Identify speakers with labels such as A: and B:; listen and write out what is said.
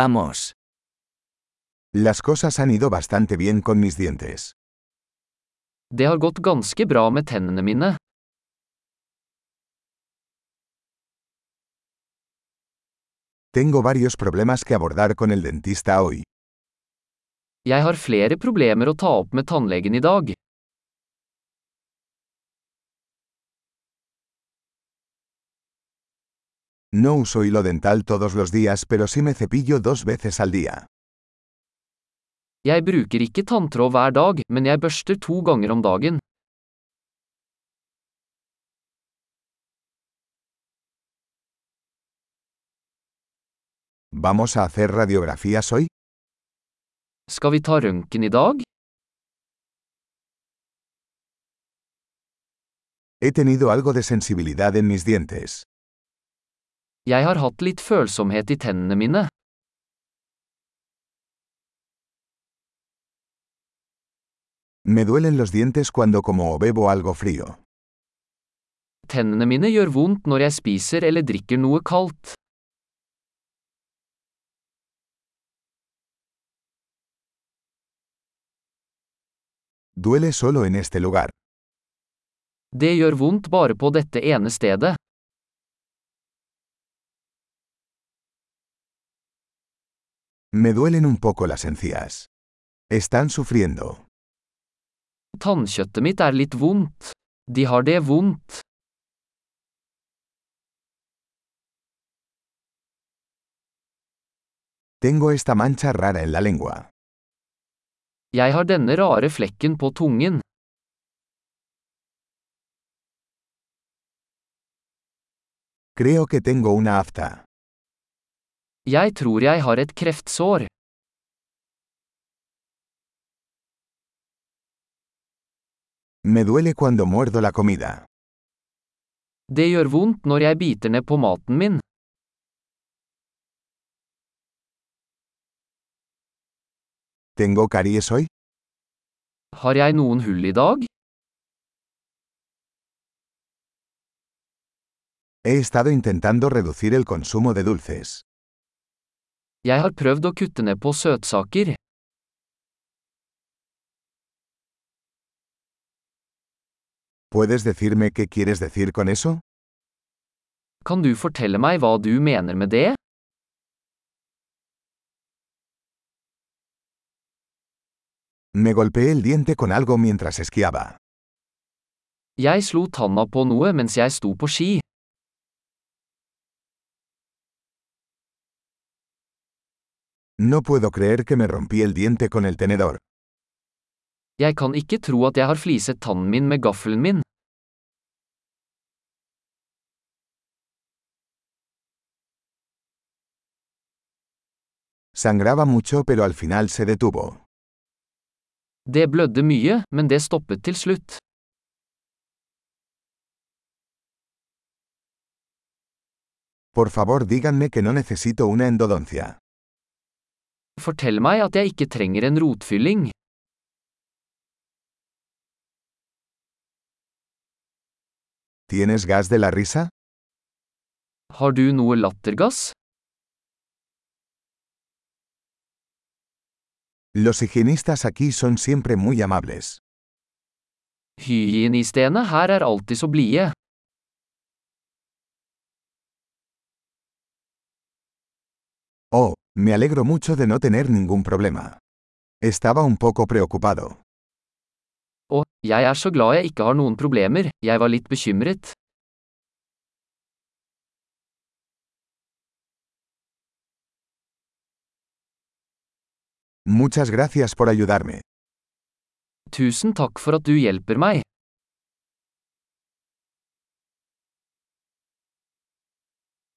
A: Vamos.
B: Las cosas han ido bastante bien con mis dientes.
A: Det har gått ganske bra med tennene mine.
B: Tengo varios problemas que abordar con el dentista hoy.
A: Jeg har flere problemer å ta opp med tannlegen i dag.
B: No uso hilo dental todos los días, pero sí me cepillo dos veces al día.
A: Jeg bruker ikke tanntråd hver dag, men jeg børster to ganger om dagen.
B: ¿Vamos a hacer radiografías hoy?
A: Skal vi ta røntgen i dag?
B: He tenido algo de sensibilidad en mis dientes.
A: Jeg har hatt litt følsomhet i tennene mine.
B: Me duelen los dientes cuando como o bebo algo frío.
A: Tennene mine gjør vondt når jeg spiser eller drikker noe kaldt.
B: Duele solo en este lugar.
A: Det gjør vondt bare på dette ene stedet.
B: Me duelen un poco las encías. Están sufriendo.
A: Tannkjøttet mitt er litt vondt. De har det vondt.
B: Tengo esta mancha rara en la lengua.
A: Jeg har denne rare flekken på tungen.
B: Creo que tengo una afta.
A: Jeg tror jeg har et kreftsår.
B: Me duele cuando muerdo la comida.
A: Det gjør vondt når jeg biter ned på maten min.
B: ¿Tengo caries hoy?
A: Har jeg noen hull i dag?
B: He estado intentando reducir el consumo de dulces.
A: Jeg har prøvd å kutte ned på søtsaker.
B: ¿Puedes decirme qué quieres decir con eso?
A: Kan du fortelle meg hva du mener med det?
B: Me golpeé el diente con algo mientras esquiaba.
A: Jeg slo tanna på noe mens jeg sto på ski.
B: No puedo creer que me rompí el diente con el tenedor.
A: Jeg kan ikke tro at jeg har fliset tannen min med gaffelen min.
B: Sangraba mucho pero al final se detuvo.
A: Det blødde mye, men det stoppet til slutt.
B: Por favor díganme que no necesito una endodoncia.
A: Fortell meg at jeg ikke trenger en rotfylling.
B: ¿Tienes gas de la risa?
A: Har du noe lattergass?
B: Los higienistas aquí son siempre muy amables.
A: Hygienistene her er alltid så blide.
B: Oh, me alegro mucho de no tener ningún problema. Estaba un poco preocupado.
A: Og, jeg er så glad jeg ikke har noen problemer, jeg var litt bekymret.
B: Muchas gracias por ayudarme.
A: Tusen takk for at du hjelper meg.